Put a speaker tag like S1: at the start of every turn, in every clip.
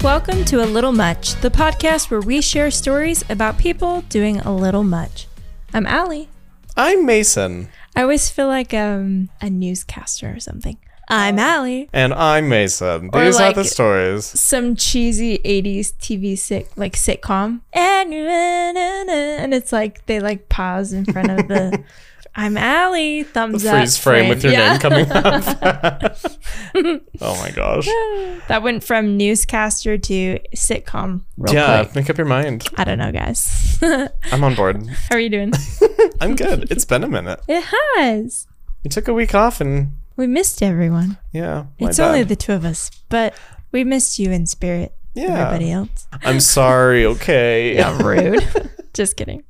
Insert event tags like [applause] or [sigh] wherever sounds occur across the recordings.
S1: Welcome to A Little Much, the podcast where we share stories about people doing a little much. I'm Allie.
S2: I'm Mason.
S1: I always feel like um, a newscaster or something.
S2: Oh.
S1: I'm Allie.
S2: And I'm Mason. These
S1: like-
S2: are the stories.
S1: Some cheesy 80s TV sit- like sitcom. And and it's like they like pause in front of
S2: [laughs]
S1: the I'm Allie, thumbs up.
S2: Freeze frame with your
S1: Yeah.
S2: name coming up.
S1: [laughs]
S2: [laughs] oh my gosh.
S1: That went from newscaster to sitcom real
S2: yeah,
S1: quick.
S2: make up your mind.
S1: I don't know, guys. [laughs] How
S2: I'm on board.
S1: are you
S2: [laughs]
S1: doing?
S2: I'm good. It's been
S1: [laughs]
S2: a minute.
S1: it has.
S2: We took a week off and
S1: We missed everyone.
S2: yeah. my
S1: it's only
S2: bad.
S1: the two of us, but we missed you in spirit.
S2: Yeah.
S1: Everybody
S2: [laughs]
S1: else.
S2: I'm sorry,
S1: [laughs]
S2: okay.
S1: rude. [laughs] Just kidding.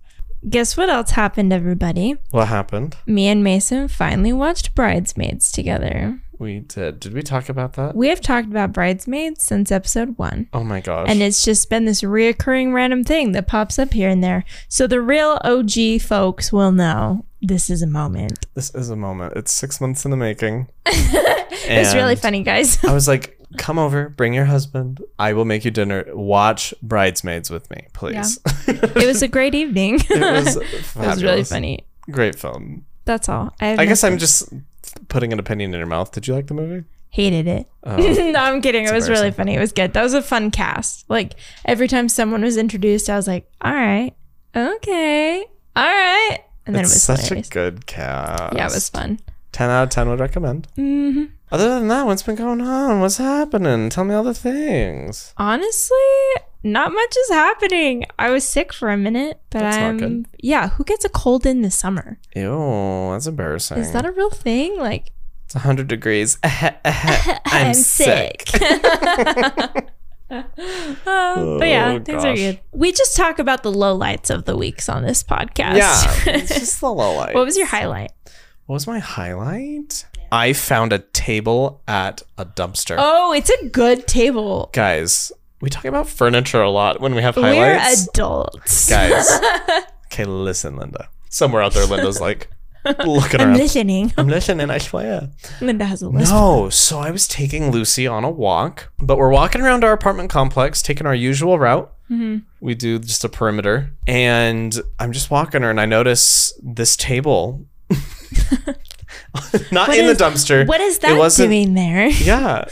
S1: Guess what else happened, everybody?
S2: What happened?
S1: Me and Mason finally watched Bridesmaids together.
S2: We did. Did we talk about that?
S1: We have talked about Bridesmaids since episode one.
S2: Oh my gosh.
S1: And it's just been this reoccurring random thing that pops up here and there. So the real OG folks will know this is a moment.
S2: this is a moment. It's six months in the making.
S1: [laughs] It's really
S2: And-
S1: funny, guys. [laughs]
S2: I was like, come over, bring your husband. I will make you dinner. Watch Bridesmaids with me, please.
S1: it was a great evening.
S2: [laughs] it
S1: [laughs]
S2: was
S1: It was really
S2: fabulous.
S1: funny.
S2: Great film.
S1: That's all. I, have
S2: I guess
S1: nothing.
S2: I'm just putting an opinion in your mouth. Did you like the movie?
S1: hated it. [laughs]
S2: Oh.
S1: no, I'm kidding. It was really
S2: embarrassing.
S1: funny. It was good. That was a fun cast. Like every time someone was introduced, I was like, all right, okay, all right. And then
S2: it's
S1: it was
S2: such
S1: hilarious.
S2: a good cast.
S1: yeah, it was fun.
S2: 10 out of 10 would recommend.
S1: hmm
S2: Other than that, what's been going on? What's happening? Tell me all the things.
S1: Honestly, not much is happening. I was sick for a minute, but
S2: That's not
S1: I'm.
S2: good.
S1: Yeah, who gets a cold in the summer?
S2: Ew, that's embarrassing.
S1: Is that a real thing? Like,
S2: it's 100 degrees. [laughs]
S1: [laughs]
S2: I'm, [laughs]
S1: Uh, [laughs] but yeah,
S2: Oh,
S1: things are
S2: gosh.
S1: good. We just talk about the lowlights of the weeks on this podcast. [laughs]
S2: Yeah, it's just the low light.
S1: what was your highlight?
S2: What was my highlight? I found a table at a dumpster.
S1: Oh, it's a good table.
S2: Guys, we talk about furniture a lot when we have
S1: We're [laughs]
S2: highlights.
S1: adults.
S2: Guys. okay, listen, Linda. Somewhere out there,
S1: [laughs]
S2: Linda's like looking
S1: I'm
S2: around.
S1: listening.
S2: I'm listening, I swear.
S1: [laughs] Linda has a list.
S2: No, so I was taking Lucy on a walk, but we're walking around our apartment complex, taking our usual route.
S1: Mm-hmm.
S2: We do just a perimeter, and I'm just walking her, and I notice this table.
S1: [laughs]
S2: Not in
S1: is-
S2: the dumpster.
S1: What is
S2: It
S1: that
S2: wasn't-
S1: doing there?
S2: Yeah,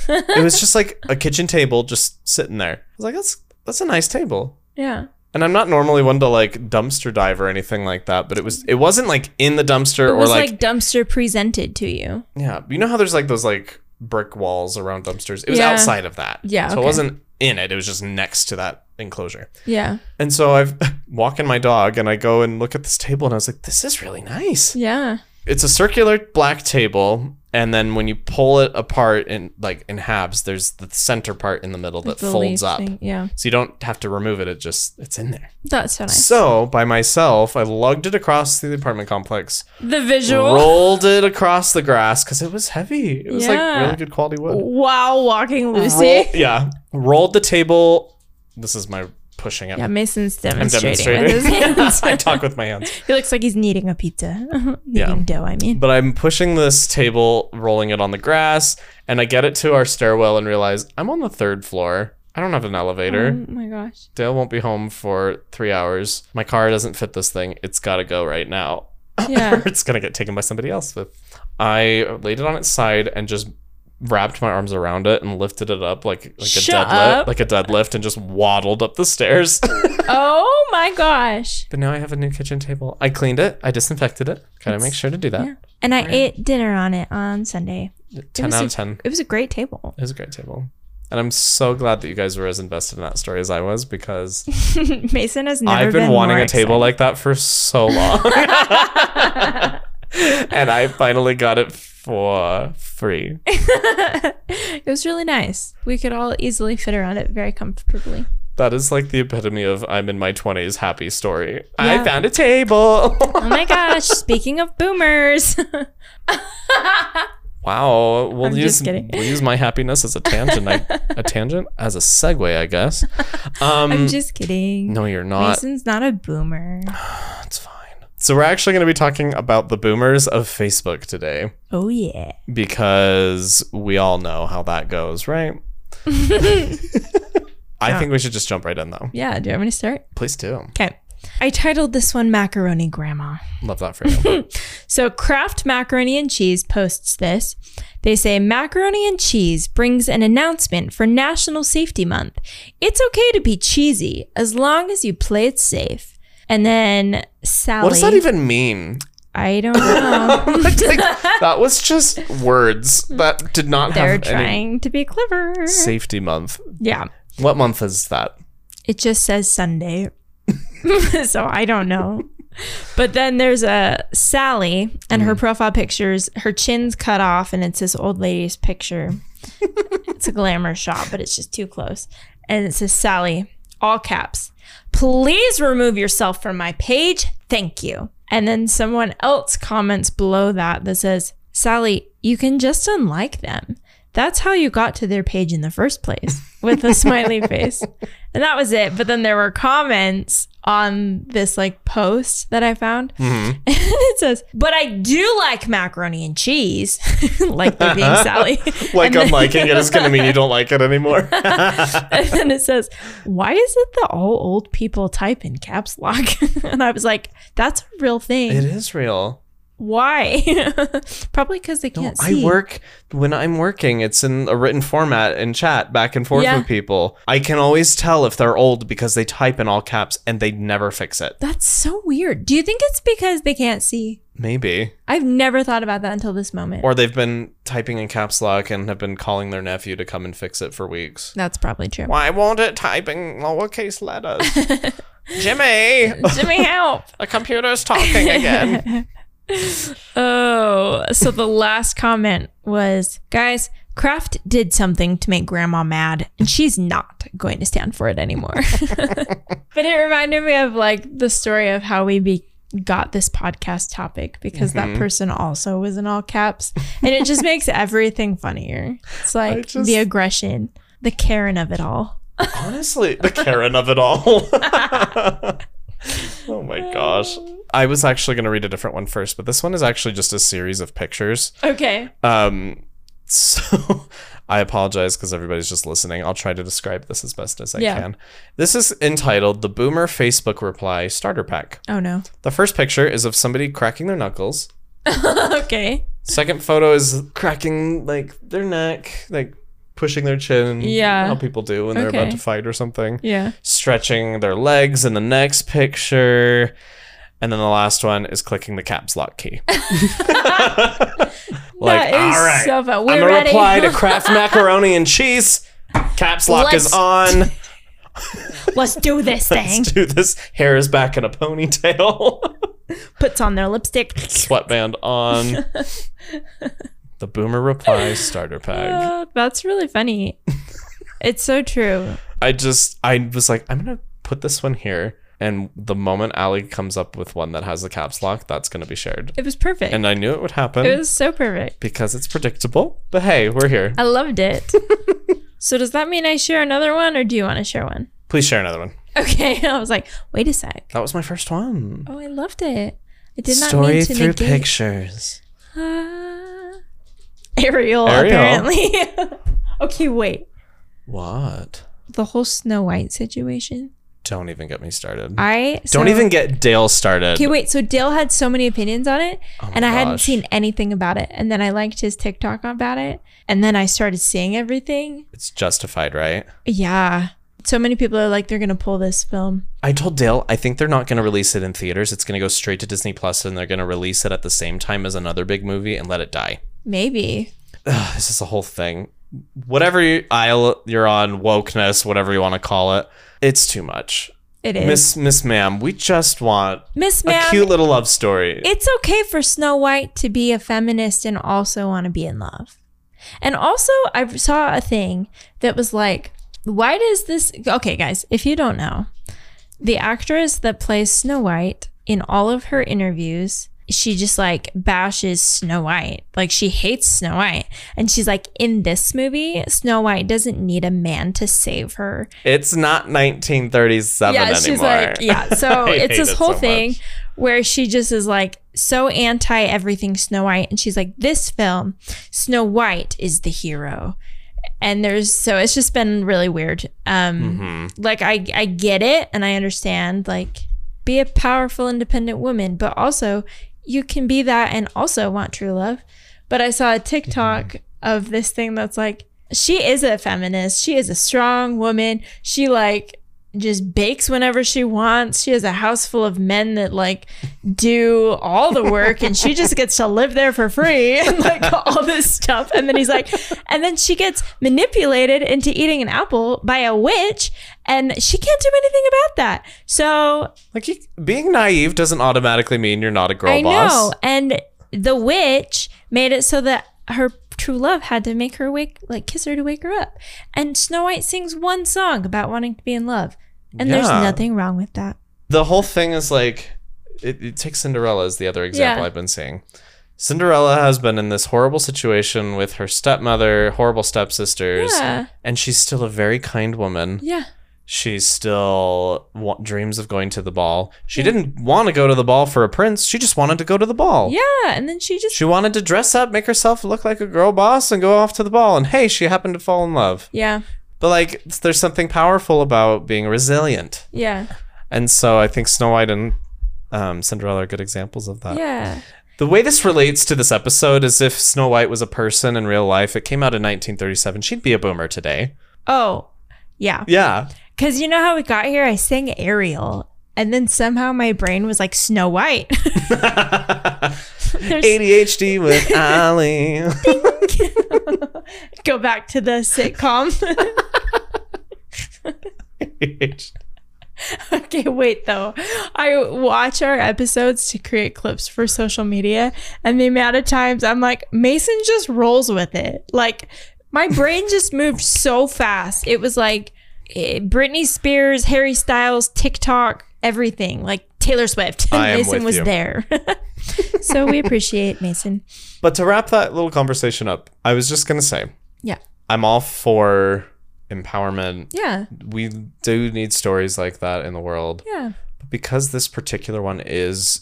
S1: [laughs]
S2: it was just like a kitchen table, just sitting there. I was like, "That's that's a nice table."
S1: Yeah.
S2: And I'm not normally one to like dumpster dive or anything like that, but it was it wasn't like in the dumpster
S1: It
S2: or
S1: was
S2: like,
S1: like, dumpster presented to you.
S2: yeah. You know how there's like those like brick walls around dumpsters. It was
S1: Yeah.
S2: outside of that.
S1: Yeah,
S2: So
S1: okay.
S2: it wasn't in it. It was just next to that enclosure.
S1: Yeah.
S2: And so I've [laughs] walking my dog and I go and look at this table and I was like, "This is really nice."
S1: Yeah.
S2: it's a circular black table and then when you pull it apart in like in halves there's the center part in the middle that
S1: The leaf
S2: folds up
S1: thing, Yeah.
S2: so you don't have to remove it it just it's in there
S1: That's so nice.
S2: so by myself i lugged it across the apartment complex
S1: The visual.
S2: rolled it across the grass because it was heavy it was
S1: Yeah.
S2: like really good quality wood
S1: Wow, walking Lucy.
S2: Roll- yeah rolled the table this is my pushing it
S1: Yeah, Mason's
S2: i'm
S1: demonstrating.
S2: demonstrating
S1: with
S2: [laughs]
S1: his
S2: i
S1: hands.
S2: talk with my hands
S1: he looks like he's kneading a pizza. [laughs] kneading dough, I mean.
S2: But I'm pushing this table, rolling it on the grass, and I get it to our stairwell and realize I'm on the third floor. I don't have an elevator.
S1: Oh my
S2: [laughs]
S1: gosh.
S2: Dale won't be home for three hours. My car doesn't fit this thing. It's got to go right now. [laughs]
S1: Yeah.
S2: it's going to get taken by somebody else. With I laid it on its side and just wrapped my arms around it and lifted it up like like a
S1: Shut
S2: deadlift,
S1: up.
S2: like a deadlift, and just waddled up the stairs. [laughs]
S1: oh my gosh.
S2: but now I have a new kitchen table. I cleaned it. I disinfected it. Gotta make sure to do that.
S1: Yeah. And I ate dinner on it on Sunday.
S2: Ten
S1: was
S2: out
S1: a-
S2: of ten.
S1: It was a great table. [laughs]
S2: It was a great table. And I'm so glad that you guys were as invested in that story as I was because
S1: Mason has never
S2: I've been, wanting
S1: more
S2: a table like that for
S1: [laughs]
S2: so long. [laughs] and I finally got it for free.
S1: excited. It was really nice. We could all easily fit around it very [laughs] comfortably.
S2: That is like the epitome of I'm in my 20s happy story.
S1: Yeah.
S2: I found
S1: [laughs]
S2: a table.
S1: Oh my gosh. Speaking of boomers.
S2: [laughs] Wow, we'll
S1: I'm just
S2: use
S1: kidding.
S2: we'll use my happiness as a
S1: [laughs]
S2: tangent, I, a tangent as a segue, I guess. Um,
S1: I'm just kidding.
S2: no, you're not.
S1: Mason's not a boomer.
S2: That's fine. So we're actually going to be talking about the boomers of Facebook today
S1: Oh yeah.
S2: because we all know how that
S1: [laughs]
S2: goes, right? [laughs] I think we should just jump right in though.
S1: Yeah. Do you want me to start?
S2: Please do.
S1: Okay. I titled this one Macaroni Grandma.
S2: Love that for you.
S1: So Kraft Macaroni and Cheese posts this. They say macaroni and cheese brings an announcement for National Safety Month. It's okay to be cheesy as long as you play it safe. And then Sally,
S2: what does that even mean?
S1: I don't know.
S2: [laughs] Like, that was just words that did not
S1: They're
S2: have any
S1: trying to be clever.
S2: safety month.
S1: Yeah.
S2: What month is that?
S1: It just says Sunday. [laughs] so I don't know. But then there's a Sally and
S2: Mm.
S1: her profile pictures, her chin's cut off and it's this old lady's picture. it's a glamour shot, but it's just too close. And it says Sally, all caps. Please remove yourself from my page. Thank you. And then someone else comments below that that says, Sally, you can just unlike them. That's how you got to their page in the first place with a
S2: [laughs]
S1: smiley face. And that was it. But then there were comments on this like post that I found.
S2: Mhm.
S1: And [laughs] it says, But I do like macaroni and cheese, [laughs] like they're
S2: [laughs]
S1: being Sally.
S2: [laughs]
S1: And
S2: Like
S1: then- [laughs]
S2: unliking it is going to mean you don't like it anymore.
S1: and then it says, Why is it that all old people type in caps lock? [laughs] and I was like, That's a real thing.
S2: [laughs] it is real.
S1: Why? [laughs] Probably because they
S2: No,
S1: can't
S2: I
S1: see.
S2: work when I'm working. It's in a written format in chat back and forth
S1: Yeah.
S2: with people. I can always tell if they're old because they type in all caps and they never fix it.
S1: That's so weird. Do you think it's because they can't see?
S2: Maybe.
S1: I've never thought about that until this moment.
S2: Or they've been typing in caps lock and have been calling their nephew to come and fix it for weeks.
S1: That's probably true.
S2: Why won't it type in
S1: [laughs]
S2: lowercase letters? Jimmy,
S1: Jimmy, help.
S2: the computer's talking again.
S1: [laughs] Oh, so the last comment was guys, Kraft did something to make grandma mad, and she's not going to stand for it
S2: [laughs]
S1: anymore. but it reminded me of like the story of how we be- got this podcast topic because
S2: Mm-hmm.
S1: that person also was in all caps, and it just
S2: [laughs]
S1: makes everything funnier. It's like
S2: just-
S1: the aggression, the Karen of it all.
S2: [laughs] Honestly, the Karen of it all. [laughs] oh my gosh. I was actually going to read a different one first, but this one is actually just a series of pictures.
S1: Okay.
S2: Um, so [laughs] I apologize because everybody's just listening. I'll try to describe this as best as I
S1: Yeah.
S2: can. This is entitled The Boomer Facebook Reply Starter Pack.
S1: Oh
S2: [laughs]
S1: no.
S2: The first picture is of somebody cracking their knuckles.
S1: okay.
S2: Second photo is cracking like their neck, like pushing their chin.
S1: Yeah.
S2: How people do when they're about
S1: Okay.
S2: to fight or something.
S1: Yeah.
S2: Stretching their legs in the next picture. And then the last one is clicking the caps lock key. [laughs] like,
S1: That is
S2: all right.
S1: so fun. We're
S2: I'm gonna
S1: ready. [laughs]
S2: reply to Kraft macaroni and cheese. Caps lock is
S1: Let's- [laughs]
S2: on. [laughs]
S1: Let's do this thing.
S2: Let's do this. Hair is back in a ponytail.
S1: [laughs]
S2: [laughs]
S1: Puts on their lipstick.
S2: Sweatband on.
S1: [laughs]
S2: the boomer replies starter pack.
S1: Uh, that's really funny. it's so true.
S2: I just I was like, I'm gonna put this one here. And the moment Ali comes up with one that has the caps lock, that's gonna be shared.
S1: It was perfect.
S2: And um, I knew it would happen
S1: it was so perfect.
S2: because it's predictable. But hey, we're here.
S1: I loved
S2: [laughs]
S1: it. so does that mean I share another one or do you want to share one?
S2: Please share another one.
S1: Okay. [laughs] I was like, wait a sec.
S2: That was my first one.
S1: Oh, I loved it. I did not
S2: Story
S1: mean to
S2: through
S1: negate.
S2: pictures.
S1: Ah. [laughs] Ariel,
S2: Ariel.
S1: apparently. [laughs] okay, wait.
S2: What?
S1: The whole Snow White situation.
S2: Don't even get me started.
S1: I so-
S2: Don't even get Dale started.
S1: Okay, wait. So Dale had so many opinions on it,
S2: Oh my
S1: and I hadn't
S2: gosh.
S1: seen anything about it. And then I liked his TikTok about it, and then I started seeing everything.
S2: It's justified, right?
S1: Yeah, so many people are like, they're gonna pull this film.
S2: I told Dale I think they're not going to release it in theaters. It's going to go straight to Disney Plus, and they're going to release it at the same time as another big movie and let it die.
S1: Maybe.
S2: Ugh, this is a whole thing. Whatever you- aisle you're on, wokeness, whatever you want to call it, it's too much.
S1: It is. Miss,
S2: Miss Miss Ma'am, we just want
S1: Ma'am,
S2: a cute little love story.
S1: it's okay for Snow White to be a feminist and also want to be in love. And also, I saw a thing that was like, why does this. Okay, guys, if you don't know, the actress that plays Snow White in all of her interviews she just like bashes Snow White. Like she hates Snow White. And she's like, in this movie, Snow White doesn't need a man to save her.
S2: It's not 1937
S1: yeah,
S2: anymore.
S1: she's like,
S2: [laughs]
S1: yeah. So
S2: I
S1: it's
S2: hate
S1: this
S2: it
S1: whole
S2: so
S1: thing
S2: much.
S1: where she just is like so anti everything Snow White. And she's like, this film, Snow White is the hero. And there's so it's just been really weird. Um,
S2: Mhm.
S1: like I I get it and I understand like be a powerful independent woman, but also you can be that and also want true love. But I saw a TikTok
S2: Mm-hmm.
S1: of this thing that's like she is a feminist. She is a strong woman. She like just bakes whenever she wants. She has a house full of men that like do all the work and she just gets to live there for free [laughs] and like all this stuff. And then he's like, and then she gets manipulated into eating an apple by a witch and she can't do anything about that. So
S2: Like, you, being naive doesn't automatically mean you're not a girl
S1: I
S2: Oh, boss.
S1: know. And the witch made it so that her true love had to make her wake, like kiss her to wake her up. And Snow White sings one song about wanting to be in love. And there's
S2: Yeah.
S1: nothing wrong with that.
S2: the whole thing is like it, it takes cinderella as the other example
S1: Yeah.
S2: i've been seeing cinderella has been in this horrible situation with her stepmother horrible stepsisters
S1: Yeah.
S2: and she's still a very kind woman
S1: Yeah.
S2: she's still wa- dreams of going to the ball she didn't want to go to the ball for a prince she just wanted to go to the ball
S1: Yeah. And then she just,
S2: she wanted to dress up make herself look like a girl boss and go off to the ball and hey she happened to fall in love
S1: yeah.
S2: but like there's something powerful about being resilient
S1: Yeah.
S2: and so I think Snow White and um, Cinderella are good examples of that.
S1: Yeah.
S2: The way this relates to this episode is if Snow White was a person in real life, it came out in 1937, she'd be a boomer today.
S1: Oh, yeah.
S2: Yeah.
S1: Because you know how we got here? I sang Ariel. And then somehow my brain was like Snow White. [laughs] There's-
S2: ADHD with Ali. [laughs]
S1: go back to the sitcom. Okay, wait though. I watch our episodes to create clips for social media, and the amount of times I'm like, Mason just rolls with it. Like, my brain just moved so fast. It was like eh, Britney Spears, Harry Styles, TikTok, everything. Like Taylor Swift. [laughs]
S2: I am
S1: Mason
S2: with
S1: was
S2: you.
S1: there. so we appreciate Mason.
S2: but to wrap that little conversation up, I was just going to say
S1: Yeah.
S2: I'm all for empowerment.
S1: Yeah.
S2: We do need stories like that in the world.
S1: Yeah.
S2: But because this particular one is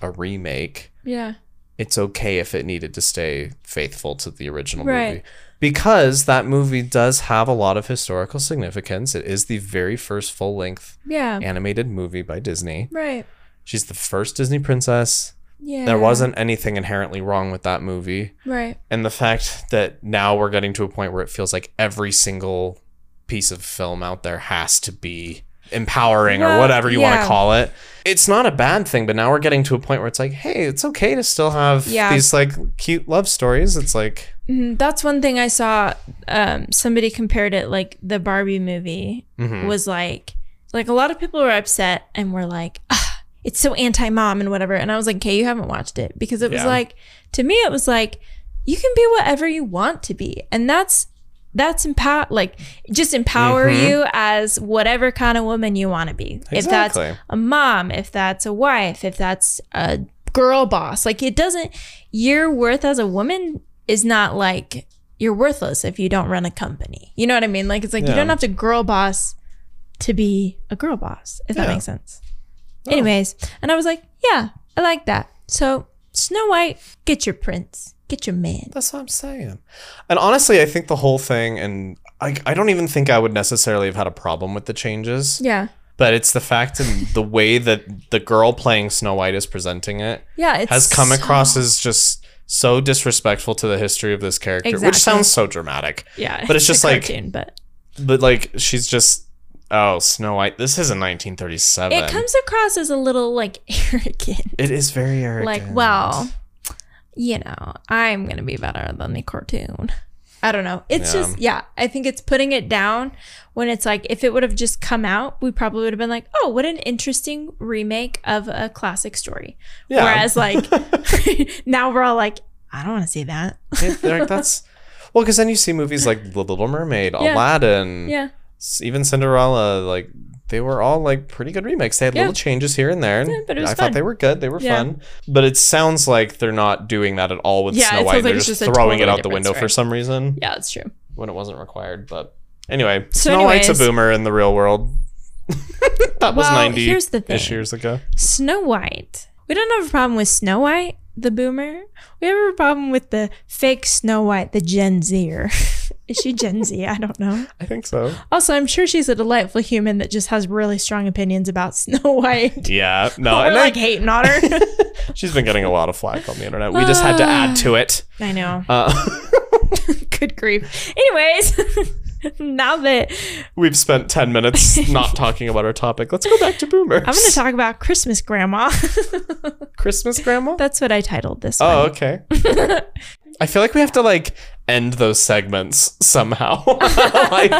S2: a remake,
S1: Yeah.
S2: it's okay if it needed to stay faithful to the original
S1: Right.
S2: movie because that movie does have a lot of historical significance. It is the very first full length
S1: Yeah.
S2: animated movie by Disney.
S1: Right.
S2: She's the first Disney princess.
S1: Yeah.
S2: There wasn't anything inherently wrong with that movie.
S1: Right.
S2: And the fact that now we're getting to a point where it feels like every single piece of film out there has to be empowering or
S1: Well,
S2: whatever you want
S1: yeah.
S2: to call it. It's not a bad thing, but now we're getting to a point where it's like, hey, it's okay to still have
S1: Yeah.
S2: these like cute love stories. It's like,
S1: Mhm, That's one thing I saw. Um, somebody compared it like the Barbie movie
S2: mhm.
S1: was like, like a lot of people were upset and were like, "Ah, it's so anti mom and whatever. And I was like, okay, you haven't watched it because it was
S2: Yeah.
S1: like, to me, it was like, you can be whatever you want to be. And that's, that's empower, like just empower
S2: Mhm.
S1: you as whatever kind of woman you want to be. If that's
S2: Exactly.
S1: a mom, if that's a wife, if that's a girl boss. Like it doesn't your worth as a woman is not like you're worthless if you don't run a company. You know what I mean? Like it's like you
S2: Yeah.
S1: don't have to girl boss to be a girl boss, if that
S2: Yeah. Oh.
S1: makes sense. Anyways, and I was like, yeah, I like that. So Snow White, get your prince, get your man.
S2: That's what I'm saying. And honestly, I think the whole thing, and I, I don't even think I would necessarily have had a problem with the changes,
S1: Yeah.
S2: but it's the fact and the way that the girl playing Snow White is presenting it.
S1: Yeah. It's
S2: has come
S1: so-
S2: across as just so disrespectful to the history of this character, which
S1: Exactly.
S2: sounds so dramatic.
S1: Yeah.
S2: but it's
S1: a
S2: just like-
S1: cartoon, but
S2: But like, she's just oh Snow White. This isn't 1937.
S1: it comes across as a little like [laughs] arrogant.
S2: It is very arrogant.
S1: like well you know i'm gonna be better than the cartoon i don't know it's
S2: Yeah.
S1: just yeah i think it's putting it down when it's like if it would have just come out we probably would have been like oh what an interesting remake of a classic story
S2: Yeah.
S1: whereas like [laughs] now we're all like i don't want to see that
S2: [laughs]
S1: [laughs]
S2: It- they're like that's well, because then you see movies like The Little Mermaid,
S1: Yeah.
S2: Aladdin,
S1: yeah
S2: s- even Cinderella. Like they were all like pretty good remakes. They had
S1: Yeah.
S2: little changes here and there, and
S1: Yeah, but it was
S2: I
S1: fun.
S2: thought they were good. They were
S1: Yeah.
S2: fun, but it sounds like they're not doing that at all with
S1: Yeah, it
S2: Snow
S1: sounds
S2: White.
S1: like
S2: They're
S1: it's
S2: just,
S1: just a
S2: throwing it
S1: totally
S2: out the
S1: different
S2: window for
S1: story.
S2: some reason
S1: Yeah, that's true.
S2: when it wasn't required. But anyway,
S1: So
S2: Snow White's a
S1: anyways-
S2: boomer in the real world. [laughs] that was
S1: Well,
S2: ninety
S1: here's the
S2: ish
S1: thing.
S2: years ago.
S1: Snow White. We don't have a problem with Snow White, the boomer. We have a problem with the fake Snow White, the Gen Zer. [laughs] Is she Gen Z? I don't know.
S2: I think so.
S1: Also, I'm sure she's a delightful human that just has really strong opinions about [laughs] Snow White.
S2: Yeah, no,
S1: We're
S2: and
S1: like
S2: like,
S1: hating on her.
S2: [laughs] she's been getting a lot of flack on the internet. We just had to add to
S1: [sighs]
S2: it.
S1: I know. [laughs]
S2: Uh, [laughs]
S1: Good grief. Anyways, [laughs] now that
S2: we've spent
S1: [laughs]
S2: ten minutes not talking about our topic. Let's go back to boomers.
S1: I'm going to talk about Christmas Grandma. [laughs]
S2: Christmas grandma.
S1: That's what I titled this one. [laughs]
S2: Oh, okay. I feel like we have to like end those segments somehow. [laughs] like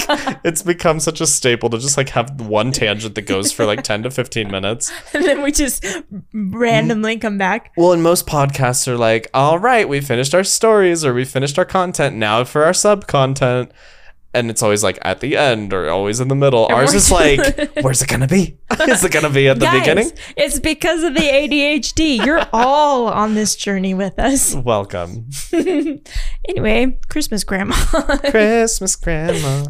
S2: it's become such a staple to just like have one tangent that goes for like 10 to 15 minutes.
S1: And then we just randomly come back.
S2: Well, and most podcasts are like, "All right, we finished our stories or we finished our content. Now for our sub-content." And it's always like at the end or always in the middle. Ours
S1: we're
S2: [laughs] is like, where's it gonna be? [laughs] Is it gonna be at the
S1: Guys,
S2: beginning?
S1: It's because of the ADHD.
S2: [laughs]
S1: You're all on this journey with us.
S2: Welcome,
S1: Anyway, Christmas Grandma. [laughs]
S2: Christmas Grandma.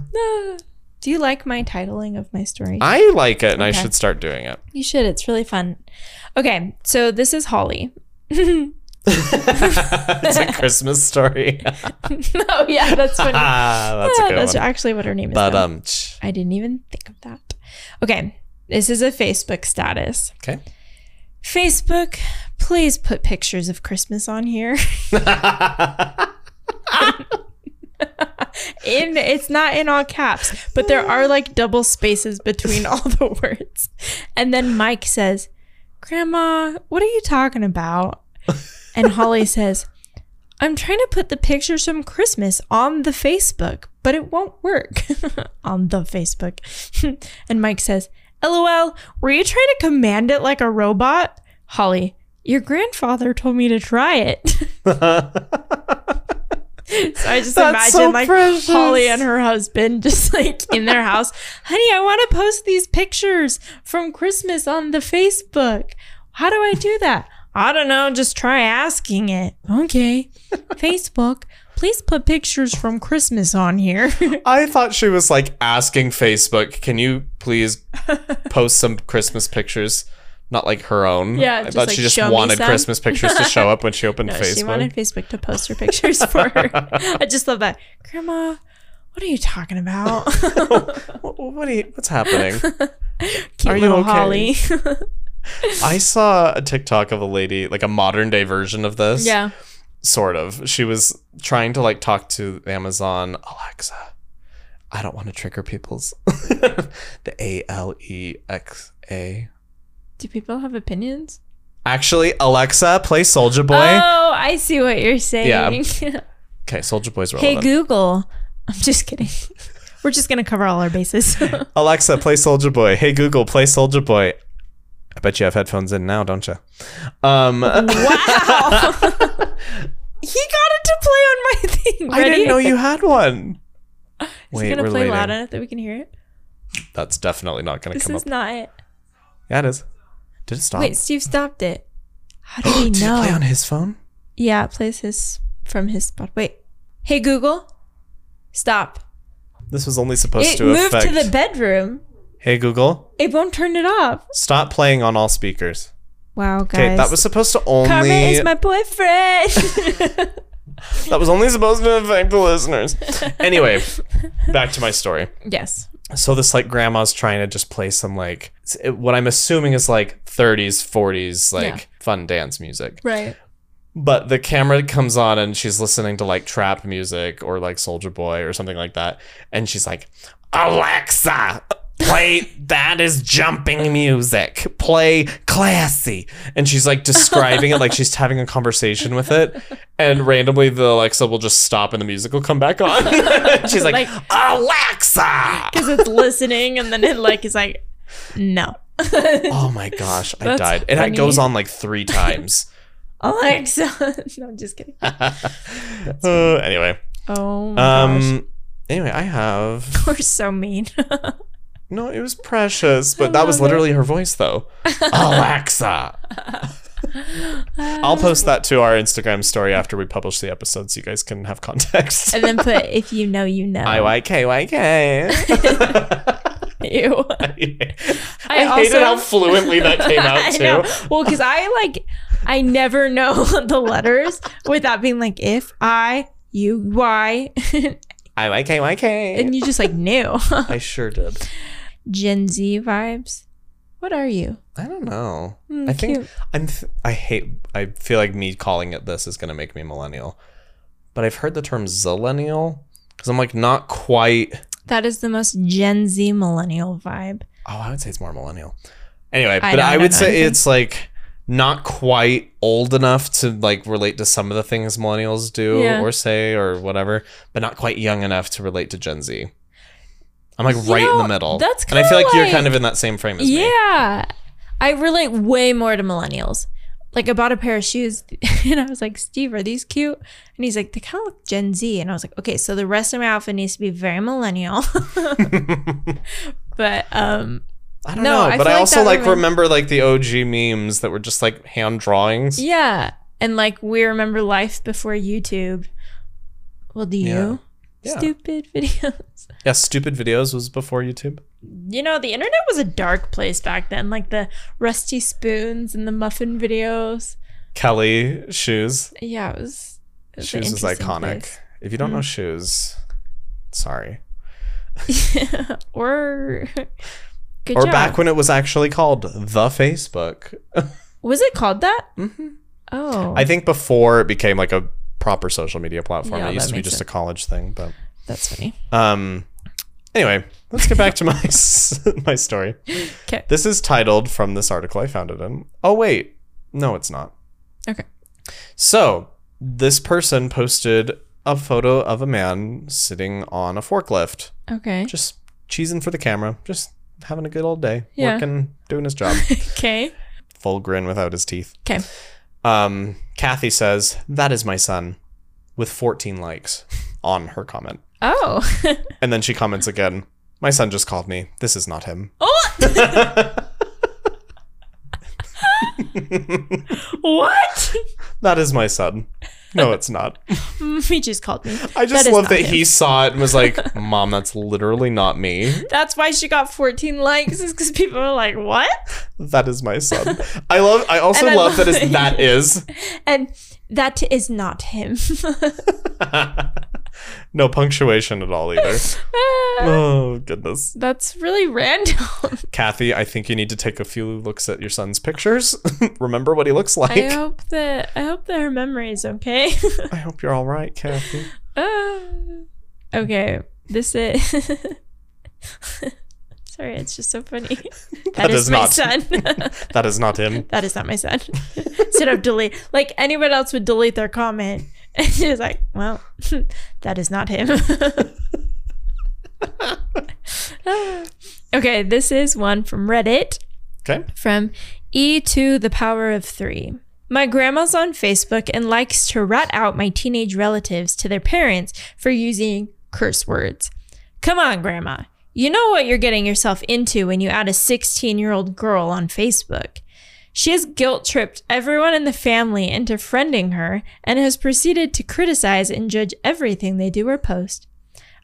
S1: Do you like my titling of my story?
S2: I like it, and I
S1: Okay.
S2: should start doing [laughs] it.
S1: you should. It's really fun. Okay, so this is Holly.
S2: it's a Christmas story.
S1: [laughs] oh, yeah, that's funny.
S2: ah, [laughs] that's a
S1: Ah,
S2: good
S1: that's
S2: one.
S1: actually what her name is.
S2: But
S1: now.
S2: um, tch.
S1: I didn't even think of that. Okay, this is a Facebook status.
S2: okay.
S1: Facebook, please put pictures of Christmas on here. [laughs] in it's not in all caps, but there are like double spaces between
S2: [laughs]
S1: all the words. And then Mike says, "Grandma, what are you talking about?" And Holly says, "I'm trying to put the pictures from Christmas on the Facebook, but it won't work [laughs] on the Facebook." [laughs] and Mike says, "LOL, were you trying to command it like a robot?" Holly, "Your grandfather told me to try it." [laughs] So I just
S2: That's so
S1: imagine like
S2: precious.
S1: Holly and her husband just like in their house. Honey, I want to post these pictures from Christmas on the Facebook. How do I do that? I don't know. Just try asking it. [laughs] Okay. Facebook, please put pictures from Christmas on here. [laughs]
S2: I thought she was like asking Facebook, "Can you
S1: [laughs]
S2: please post some Christmas pictures?" Not like her own.
S1: Yeah,
S2: I
S1: just,
S2: thought
S1: like,
S2: she just
S1: show me
S2: wanted
S1: some.
S2: Christmas pictures to show up when she opened
S1: [laughs] No,
S2: Facebook.
S1: she wanted Facebook to post her pictures for her. I just love that. Grandma, what are you talking [laughs] about?
S2: [laughs] what, Oh, what are you, what's happening?
S1: Cute
S2: Are you
S1: little
S2: okay?
S1: Holly. [laughs]
S2: I saw a TikTok of a lady, like a modern day version of
S1: [laughs]
S2: this.
S1: yeah.
S2: sort of. She was trying to like talk to Amazon Alexa. I don't want to trigger people's [laughs] the A L E X A.
S1: Do people have opinions?
S2: Actually, Alexa, play Soldier Boy.
S1: Oh, I see what you're saying. [laughs]
S2: okay, Soldier Boy's
S1: Hey
S2: relevant.
S1: Google. [laughs] I'm just kidding. [laughs] We're just gonna cover all our
S2: [laughs]
S1: bases. [laughs]
S2: Alexa, play Soldier Boy. Hey Google, play Soldier Boy. I bet you have headphones in now, don't you?
S1: [laughs]
S2: Um, [laughs]
S1: wow. he got it to play on my thing.
S2: I
S1: Ready?
S2: didn't know you had one.
S1: Is
S2: Wait,
S1: it
S2: we're
S1: gonna play
S2: waiting.
S1: loud enough that we can hear it?
S2: That's definitely not going to
S1: This
S2: come
S1: is
S2: up.
S1: not it.
S2: yeah, it is. Did it stop?
S1: Wait, Steve stopped it. How did he
S2: [gasps] Did
S1: know?
S2: it play on his phone?
S1: yeah, it plays his from his spot. Wait. Hey Google. Stop.
S2: This was only supposed
S1: it
S2: to
S1: moved
S2: affect.
S1: to the bedroom.
S2: hey Google,
S1: It won't turn it off.
S2: Stop playing on all speakers.
S1: Wow, guys.
S2: Okay, that was supposed to
S1: Karma
S2: only
S1: is my
S2: [laughs]
S1: boyfriend. [laughs]
S2: that was only supposed to affect the listeners. Anyway, back to my story.
S1: yes.
S2: So this like grandma's trying to just play some like s- what I'm assuming is like 30s, 40s like
S1: Yeah.
S2: fun dance music.
S1: Right.
S2: But the camera comes on and she's listening to like trap music or like Soldier Boy or something like that and she's like Alexa, play that is jumping music. Play classy. And she's like describing it like she's having a conversation with it. And randomly the Alexa will just stop and the music will come back on. [laughs] she's like,
S1: Like-
S2: Alexa.
S1: because it's listening and then it like is like no [laughs]
S2: Oh my gosh, I
S1: That's
S2: died. And
S1: funny.
S2: it goes on like
S1: [laughs]
S2: three times.
S1: alexa [laughs] no i'm just kidding
S2: Uh, anyway.
S1: [laughs] oh my gosh
S2: Um anyway, I have
S1: we're so mean [laughs]
S2: No, it was precious, but that was
S1: love it.
S2: literally her
S1: [laughs]
S2: voice though. Alexa. I'll post that to our Instagram story after we publish the episode so you guys can have context.
S1: and then put if you know you know.
S2: [laughs] I Y K
S1: [laughs]
S2: Y K. [laughs]
S1: Ew.
S2: I hated
S1: also-
S2: how
S1: [laughs]
S2: fluently that came out
S1: I
S2: too.
S1: know. Well, because I like I never know [laughs] the letters without being like if I you why [laughs]
S2: I Y K Y K.
S1: and you just like knew [laughs]
S2: I sure did.
S1: Gen Z vibes. What are you?
S2: I don't know.
S1: Mm,
S2: I think
S1: cute.
S2: I'm. Th- I hate. I feel like me calling it this is gonna make me millennial, but I've heard the term zillennial because I'm like not quite.
S1: that is the most Gen Z millennial vibe.
S2: Oh, I would say it's more millennial. Anyway,
S1: I
S2: but
S1: know, I
S2: I
S1: don't
S2: would
S1: know
S2: say
S1: anything.
S2: it's like not quite old enough to like relate to some of the things millennials do
S1: Yeah.
S2: or say or whatever, but not quite young enough to relate to Gen Z. I'm like
S1: You
S2: right in
S1: know,
S2: the middle.
S1: that's
S2: and I feel
S1: kinda
S2: like, you're
S1: like-
S2: kind of in that same frame as me.
S1: Yeah. I relate way more to millennials. Like I bought a pair of shoes [laughs] and I was like, Steve, are these cute? And he's like, they kind of look Gen Z. And I was like, okay, so the rest of my outfit needs to be very millennial. [laughs]
S2: [laughs]
S1: but um
S2: I don't
S1: No,
S2: know,
S1: I
S2: but
S1: feel
S2: I
S1: like
S2: also
S1: that
S2: like
S1: remin-
S2: remember like the OG memes that were just like hand drawings.
S1: yeah. And like we remember life before YouTube. Well, do you?
S2: Yeah.
S1: Stupid [laughs] videos.
S2: Yeah, stupid videos was before YouTube.
S1: You know, the internet was a dark place back then, like the rusty spoons and the muffin videos.
S2: Kelly shoes.
S1: Yeah, it was. it was an
S2: shoes is
S1: interesting Hmm.
S2: iconic.
S1: place.
S2: If you don't know shoes, sorry.
S1: [laughs] or good
S2: or
S1: job.
S2: back when it was actually called the Facebook.
S1: was it called that? Oh,
S2: Mm-hmm. I think before it became like a proper social media platform.
S1: Yeah,
S2: it
S1: that
S2: used to be
S1: makes
S2: just
S1: sense.
S2: a college thing, but
S1: that's funny.
S2: um anyway, let's get back
S1: [laughs]
S2: to my s- [laughs] my story.
S1: 'Kay.
S2: This is titled from this article I found it in. Oh wait. No, it's not.
S1: Okay.
S2: So, this person posted a photo of a man sitting on a forklift,
S1: Okay.
S2: just cheesing for the camera, just having a good old day,
S1: Yeah.
S2: working, doing
S1: [laughs]
S2: his job.
S1: Okay.
S2: Full grin without his teeth.
S1: Okay.
S2: Um, Kathy says, That is my son, with 14 likes on her comment.
S1: Oh. [laughs]
S2: And then she comments again, My son just called me. This is not him.
S1: oh. what?
S2: That is my son.
S1: [laughs]
S2: No, it's not.
S1: He just called
S2: [laughs]
S1: me.
S2: I just
S1: is
S2: love
S1: not
S2: that
S1: him.
S2: he saw it and was like,
S1: [laughs]
S2: Mom, that's literally not me.
S1: That's why she got 14 likes, is because people are like, what?
S2: That is my son. I love I also
S1: And I
S2: love that
S1: love-
S2: is that is.
S1: And that is not him. [laughs]
S2: No punctuation at all either. Oh goodness.
S1: that's really
S2: [laughs]
S1: random.
S2: Kathy, I think you need to take a few looks at your son's pictures. [laughs] Remember what he looks like.
S1: I hope that I hope that her memory is okay. [laughs]
S2: I hope you're all right, Kathy.
S1: Uh, okay, this is. [laughs] Sorry, it's just so funny.
S2: [laughs] That is
S1: my
S2: not-
S1: son. [laughs]
S2: That is not him.
S1: that is not my son. Instead of delete, like anyone else would delete their comment, [laughs] and she was like, "Well, [laughs] that is not
S2: [laughs]
S1: him." [laughs] okay, this is one from Reddit
S2: Okay.
S1: from E to the power of three. My grandma's on Facebook and likes to rat out my teenage relatives to their parents for using curse words. Come on, grandma. You know what you're getting yourself into when you add a 16 year old girl on Facebook. She has guilt tripped everyone in the family into friending her and has proceeded to criticize and judge everything they do or post.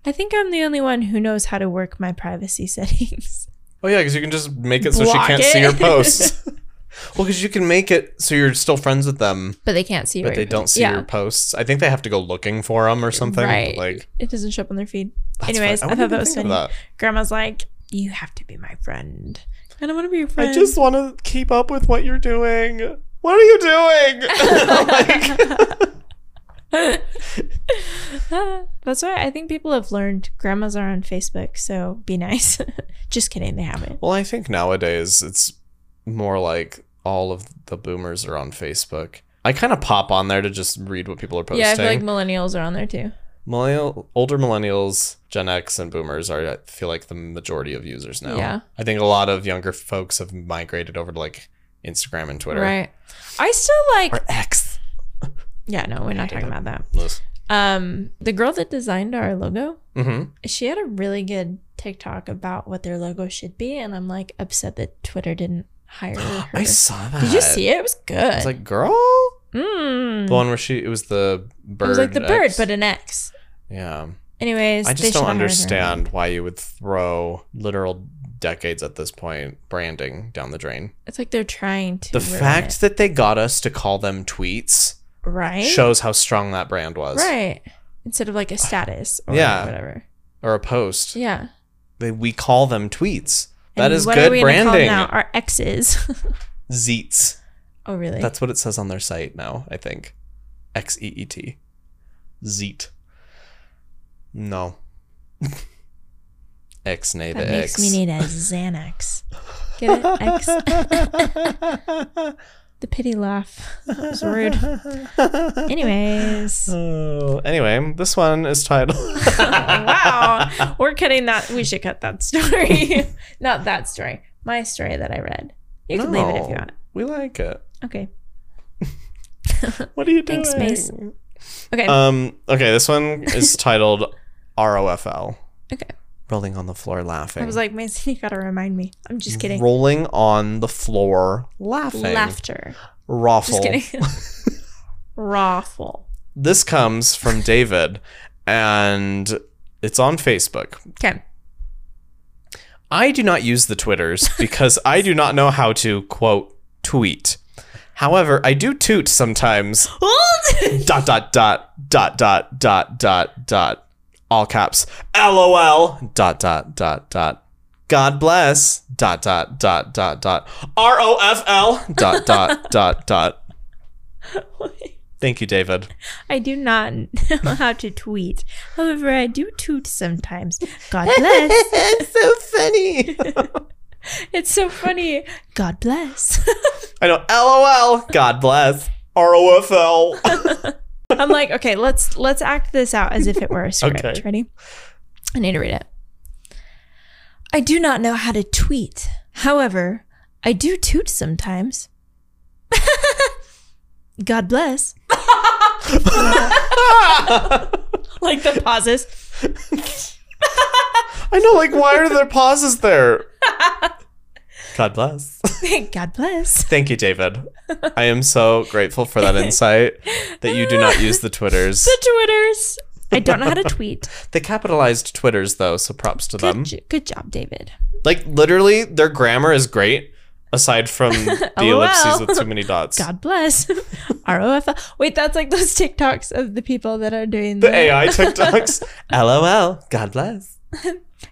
S1: I think I'm the only one who knows how to work my privacy [laughs] settings.
S2: Oh yeah, because you can just make it so
S1: Block
S2: she can't
S1: it.
S2: see
S1: [laughs]
S2: your posts. [laughs] well, because you can make it so you're still friends with them,
S1: But they can't see
S2: but
S1: where
S2: they
S1: you're-
S2: don't see
S1: Yeah.
S2: your posts. I think they have to go looking for them or something.
S1: Right.
S2: Like,
S1: it doesn't show up on their feed.
S2: that's
S1: Anyways,
S2: fine.
S1: I, thought
S2: wouldn't
S1: that
S2: even
S1: was
S2: think
S1: funny.
S2: of
S1: Grandma's like, "You have to be my friend." I don't want to be your
S2: that.
S1: friend.
S2: I just [laughs] want to keep up with what you're doing. What are you
S1: [laughs]
S2: doing? [laughs] like,
S1: Ah, [laughs] That's why I think people have learned grandmas are on Facebook, so be nice. [laughs] just kidding, they haven't.
S2: well, I think nowadays it's more like all of the boomers are on Facebook. I kind of pop on there to just read what people are posting.
S1: millennials are on there too.
S2: millennial older millennials gen x and boomers are i feel like the majority of users now
S1: Yeah.
S2: i think a lot of younger folks have migrated over to like instagram and twitter
S1: Right. I still like.
S2: or x
S1: Yeah, no, we're not talking about that.
S2: Liz.
S1: Um, the girl that designed our logo,
S2: hmm
S1: she had a really good TikTok about what their logo should be, and I'm like upset that Twitter didn't hire her.
S2: [gasps] [gasps] I saw that.
S1: Did you see it? It was good.
S2: It's like, girl,
S1: mm.
S2: the one where she it was the bird.
S1: it was like the bird,
S2: X.
S1: but an X.
S2: yeah,
S1: Anyways,
S2: I
S1: they
S2: just
S1: should
S2: don't
S1: have hired her.
S2: understand why you would throw literal decades at this point branding down the drain.
S1: It's like they're trying to.
S2: The
S1: ruin
S2: fact that they got us to call them tweets
S1: it. right,
S2: shows how strong that brand was.
S1: right, instead of like a status or
S2: Yeah.
S1: whatever.
S2: Or a post.
S1: Yeah,
S2: They, we call them tweets. That
S1: And
S2: is
S1: what are
S2: good
S1: we gonna call
S2: branding.
S1: now? Our X's. [laughs]
S2: Zeets.
S1: oh really?
S2: That's what it says on their site now, I think. X E E T. Zeet. No. [laughs] X nay the
S1: that makes
S2: X.
S1: me
S2: [laughs]
S1: need a Xanax. Get it? X. the pity laugh. That
S2: [laughs]
S1: was rude. Anyways.
S2: Oh, anyway, this one is titled.
S1: [laughs] wow. We're cutting that. We should cut that story. [laughs] Not that story. My story that I read. You can leave it if you
S2: No,
S1: want.
S2: [laughs] We like it.
S1: Okay.
S2: What are you doing?
S1: Thanks, Mace. Okay.
S2: Um. Okay, this one is titled [laughs] ROFL.
S1: Okay.
S2: Rolling on the floor laughing.
S1: I was like, Mason, you gotta remind me. I'm just kidding.
S2: Rolling on the floor laughing.
S1: Laughter.
S2: Raffle.
S1: Just kidding. Raffle.
S2: [laughs] This comes from David, and it's on Facebook.
S1: Okay. [laughs]
S2: I do not use
S1: [laughs]
S2: the Twitters because I do not know how to quote tweet. However, I do
S1: [laughs]
S2: toot sometimes. Dot dot dot dot dot dot dot dot. All caps. LOL. Dot dot dot dot. God bless. Dot dot dot dot dot. R O F L. Dot
S1: [laughs]
S2: dot dot dot. Thank you, David.
S1: I do not know how to tweet. However, I do toot sometimes. God
S2: [laughs]
S1: bless.
S2: so funny.
S1: it's so funny. God bless.
S2: I know. LOL. God bless. R O F L. [laughs]
S1: I'm like, okay, let's let's act this out as if it
S2: [laughs]
S1: were a script.
S2: Okay.
S1: Ready? I need to read it. I do not know how to tweet. However, I do toot sometimes. [laughs] God
S2: [laughs]
S1: bless. Like the pauses. [laughs]
S2: I know, like, why are there pauses there? God bless.
S1: God bless.
S2: Thank you, David. I am so grateful for that insight that you do not use the Twitters.
S1: The Twitters. I don't know how to
S2: [laughs]
S1: tweet.
S2: They capitalized Twitters, though, so props to them.
S1: Good, jo- good job, David.
S2: Like, literally, their grammar is great,
S1: [laughs]
S2: aside from the
S1: LOL.
S2: ellipses with too many dots.
S1: God bless. [laughs] R O F L. Wait, that's like those TikToks of the people that are doing
S2: The
S1: [laughs]
S2: AI TikToks. LOL. God bless.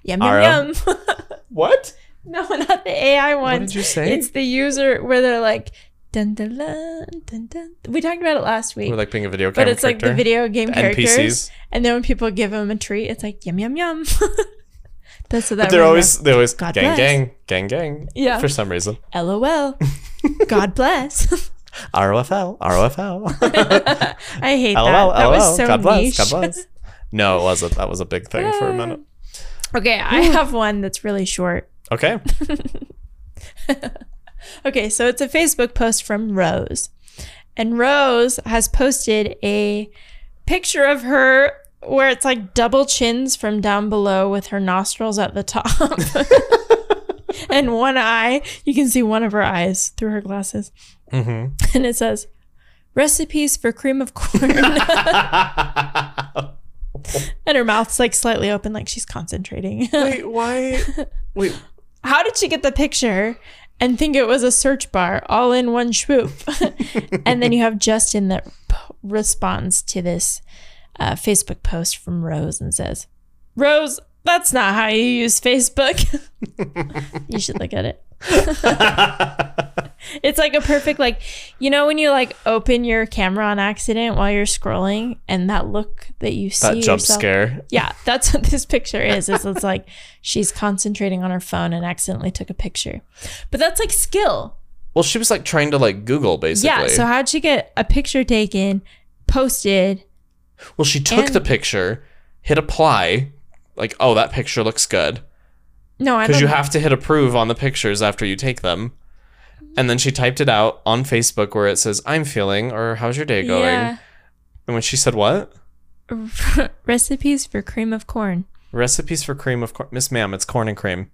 S1: Yum
S2: R O-
S1: yum yum. [laughs]
S2: What?
S1: No, not the AI ones.
S2: did you say?
S1: It's the user where they're like, dun dun dun dun. dun. We talked about it last week,
S2: We're like being a video camera
S1: but it's like the
S2: character.
S1: video game characters,
S2: NPCs.
S1: and then when people give them a treat, it's like yum yum yum. [laughs] That's what that.
S2: But they're
S1: one
S2: always they always
S1: God
S2: gang
S1: bless.
S2: gang gang gang.
S1: Yeah.
S2: For some reason.
S1: was.
S2: [laughs]
S1: LOL. God bless. [laughs]
S2: ROFL [laughs] ROFL.
S1: I hate
S2: LOL
S1: that. That
S2: LOL.
S1: was so
S2: God bless.
S1: niche.
S2: God bless. No, it wasn't. That was a big thing for
S1: [laughs]
S2: a minute.
S1: Okay, I have one that's really short.
S2: Okay.
S1: Okay, so it's a Facebook post from Rose. And Rose has posted a picture of her where it's like double chins from down below with her nostrils at the top. and one eye, you can see one of her eyes through her glasses.
S2: hmm
S1: [laughs] And it says, recipes for cream of corn. and her mouth's like slightly open, like she's concentrating.
S2: [laughs] Wait, why? Wait,
S1: how did she get the picture and think it was a search bar all in one swoop? [laughs] and then you have Justin that p- responds to this uh, Facebook post from Rose and says, Rose, that's not how you use Facebook. [laughs] you should look at it. [laughs] It's like a perfect, like, you know, when you like open your camera on accident while you're scrolling and that look that you see.
S2: [laughs] that jump
S1: yourself-
S2: scare.
S1: yeah, that's what this picture is. Is it's
S2: [laughs]
S1: like she's concentrating on her phone and accidentally took a picture. But that's like skill.
S2: Well, she was like trying to like Google basically.
S1: Yeah. So how'd she get a picture taken, posted?
S2: well, she took
S1: and-
S2: the picture, hit apply, like, oh, that picture looks good.
S1: No, I
S2: Because
S1: don't.
S2: you have to hit approve on the pictures after you take them. And then she typed it out on Facebook where it says, I'm feeling, or how's your day going?
S1: Yeah.
S2: And when she said, what?
S1: [laughs] recipes for cream of corn.
S2: Recipes for cream of corn. Miss Ma'am, it's corn and cream.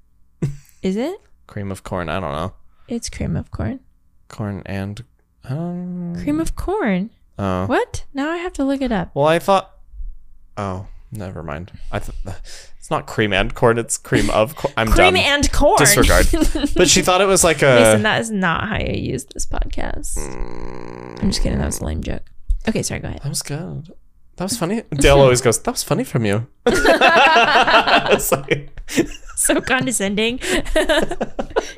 S1: Is it?
S2: Cream of corn. I don't know.
S1: It's cream of corn.
S2: Corn and. Um,
S1: Cream of corn.
S2: Oh.
S1: What? Now I have to look it up.
S2: Well, I thought. Oh, never mind. I th- [laughs] It's not cream and corn, it's cream of corn. I'm
S1: cream
S2: dumb.
S1: and corn. [laughs]
S2: Disregard. but she uh, thought it was like
S1: Mason,
S2: a.
S1: that is not how you use this podcast. I'm just kidding. That was a lame joke. Okay, sorry. Go ahead.
S2: That was good. That was funny. Dale always goes, That was funny from you. [laughs] It's like-
S1: [laughs] So
S2: [laughs]
S1: condescending,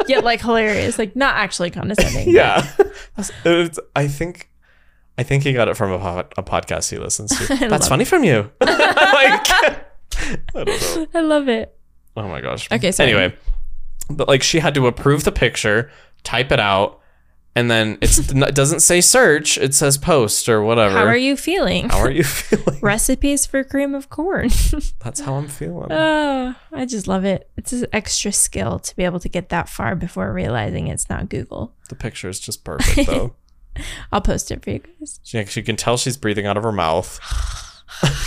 S1: yet like hilarious. Like not actually condescending.
S2: yeah.
S1: [laughs]
S2: That's- it's- I think. I think he got it from a, pod- a podcast he listens
S1: [laughs]
S2: to. That's
S1: love
S2: funny from you. [laughs] like, I don't know.
S1: I love it.
S2: Oh my gosh.
S1: Okay, sorry.
S2: Anyway, but like she had to approve the picture, type it out, and then it's, [laughs] it doesn't say search, it says post or whatever.
S1: How are you feeling?
S2: How
S1: [laughs]
S2: are you feeling?
S1: Recipes for cream of corn. [laughs]
S2: That's how I'm feeling.
S1: oh, I just love it. It's an extra skill to be able to get that far before realizing it's not Google.
S2: the picture is just perfect
S1: [laughs]
S2: though.
S1: I'll post it for you guys.
S2: she, she can tell she's breathing out of
S1: [laughs]
S2: her mouth. [laughs]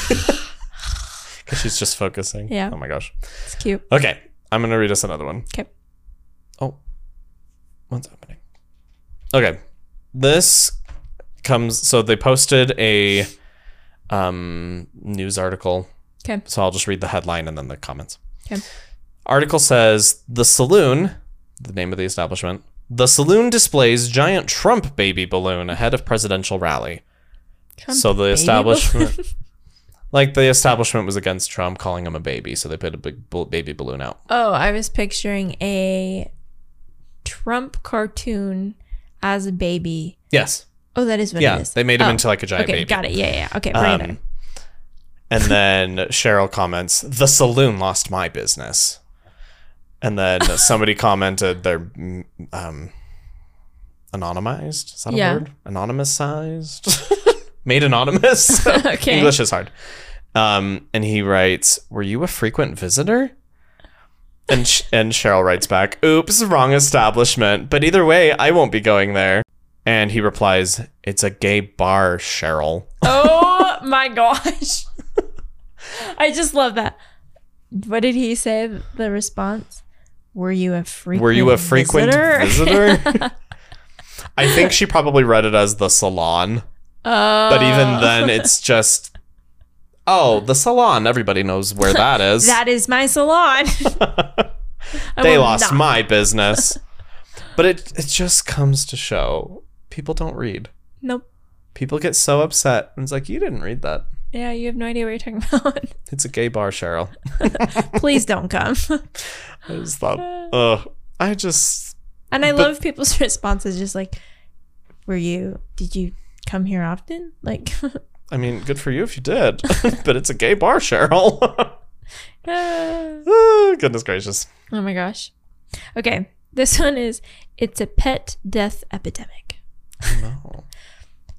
S2: Because she's just focusing.
S1: Yeah.
S2: Oh my gosh.
S1: It's cute.
S2: Okay, I'm gonna read us another one.
S1: 'Kay.
S2: Oh, what's happening? Okay, this comes. So they posted a um, news article.
S1: 'Kay.
S2: So I'll just read the headline and then the comments.
S1: 'Kay.
S2: Article says the saloon, the name of the establishment, the saloon displays giant Trump baby balloon ahead of presidential rally.
S1: Trump
S2: so the
S1: baby
S2: establishment. Like the establishment was against Trump, calling him a baby, so they put a big bal- baby balloon out.
S1: [laughs] Oh, I was picturing a Trump cartoon as a baby.
S2: Yes.
S1: Oh, that is what
S2: yeah.
S1: it is.
S2: They made him
S1: Oh,
S2: into like a giant
S1: okay,
S2: baby.
S1: got it. Yeah, yeah. yeah. Okay, bring it
S2: Um,
S1: on.
S2: and then Cheryl comments, "The saloon lost my business."
S1: [laughs]
S2: And then somebody commented, "They're mm, um, anonymized. Is that
S1: Yeah.
S2: a word? Anonymized? [laughs] Made anonymous?
S1: [laughs] Okay.
S2: English is hard." Um, and he writes, "Were you a frequent visitor?" And sh- and Cheryl writes back, "Oops, wrong establishment. But either way, I won't be going there." And he replies, "It's a gay bar, Cheryl."
S1: Oh my gosh. I just love that. What did he say? The response? Were you a frequent
S2: Were you a frequent
S1: visitor?
S2: visitor? [laughs] I think she probably read it as the salon,
S1: [laughs] Oh.
S2: but even then, it's just, oh, the salon. Everybody knows where that is. [laughs]
S1: That is my salon. I
S2: they
S1: will
S2: lost
S1: not-
S2: [laughs] my business. but it it just comes to show people don't read.
S1: Nope.
S2: People get so upset. And it's like you didn't read that.
S1: Yeah, you have no idea what you're talking about. [laughs]
S2: It's a gay bar, Cheryl.
S1: Please don't come. [laughs]
S2: I just [laughs] thought, ugh. I just
S1: And I
S2: But-
S1: love people's [laughs] responses just like, were you, did you come here often? Like, [laughs]
S2: I mean, good for you if you did, [laughs] but it's a gay bar, Cheryl.
S1: oh
S2: [laughs] Ah, Goodness gracious.
S1: my gosh. Okay, this one is it's a pet death epidemic.
S2: No.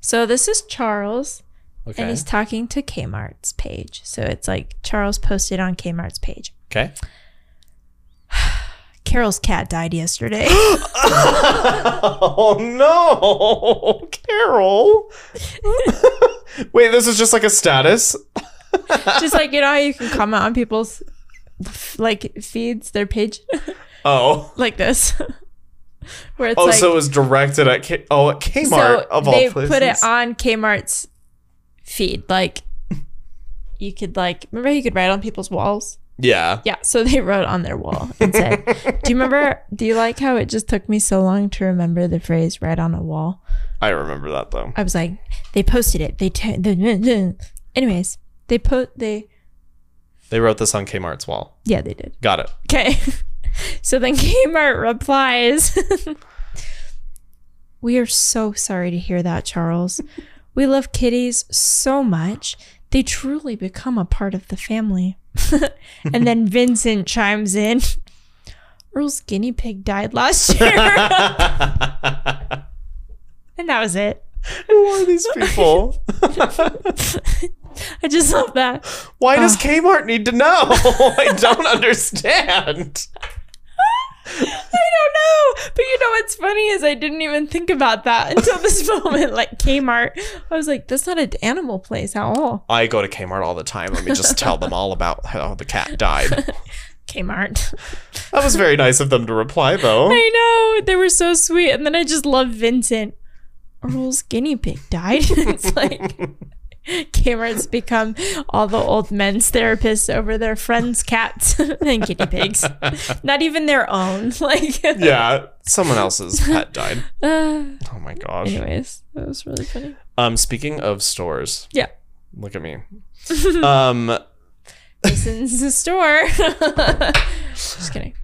S1: So this is Charles, and
S2: Okay.
S1: he's talking to Kmart's page. So it's like Charles posted on Kmart's page.
S2: [laughs] Okay.
S1: Carol's cat died
S2: [laughs]
S1: yesterday. [laughs]
S2: oh no, Carol.
S1: [laughs]
S2: Wait, this is just like a status.
S1: just like you know how you can comment on people's like feeds, their page, [laughs]
S2: Oh.
S1: like this, [laughs] where it's
S2: oh,
S1: like
S2: so it was directed at K- oh at Kmart of all
S1: they
S2: places.
S1: put it on Kmart's feed. Like you could like remember how you could write on people's walls.
S2: Yeah.
S1: Yeah, so they wrote on their wall and
S2: [laughs]
S1: said, "Do you remember? Do you like how it just took me so long to remember the phrase right on a wall?"
S2: I remember that though.
S1: I was like, "They posted it. They t- the anyways, they put they
S2: They wrote this on Kmart's wall.
S1: yeah they did [laughs]
S2: Got it.
S1: okay." so then Kmart replies, [laughs] "We are so sorry to hear that, Charles. We love kitties so much." They truly become a part of the family. [laughs] and then Vincent chimes in. [laughs] Earl's guinea pig died last year. [laughs]
S2: Who
S1: And that was it.
S2: are these people?
S1: I just love that. Uh. [laughs]
S2: Why does Kmart need to know? I don't understand.
S1: I don't know. But you know what's funny is I didn't even think about that until this moment. Like Kmart, I was like, that's not an animal place at all.
S2: I go to Kmart all the time. Let me just tell them all about how the cat died.
S1: Kmart.
S2: That was very nice of them to reply, though.
S1: I know. [laughs] They were so sweet. And then I just love Vincent. Earl's guinea pig died. [laughs] it's like Kmart's become all the old men's therapists over their friends' cats [laughs] and guinea pigs. Not even their own. [laughs] Like,
S2: Yeah, [laughs] someone else's
S1: [laughs]
S2: pet died.
S1: uh,
S2: Oh my gosh.
S1: anyways, that was really funny.
S2: Um, speaking of stores.
S1: Yeah. [laughs]
S2: Look at me. um,
S1: Jason's the store. [laughs] Just kidding.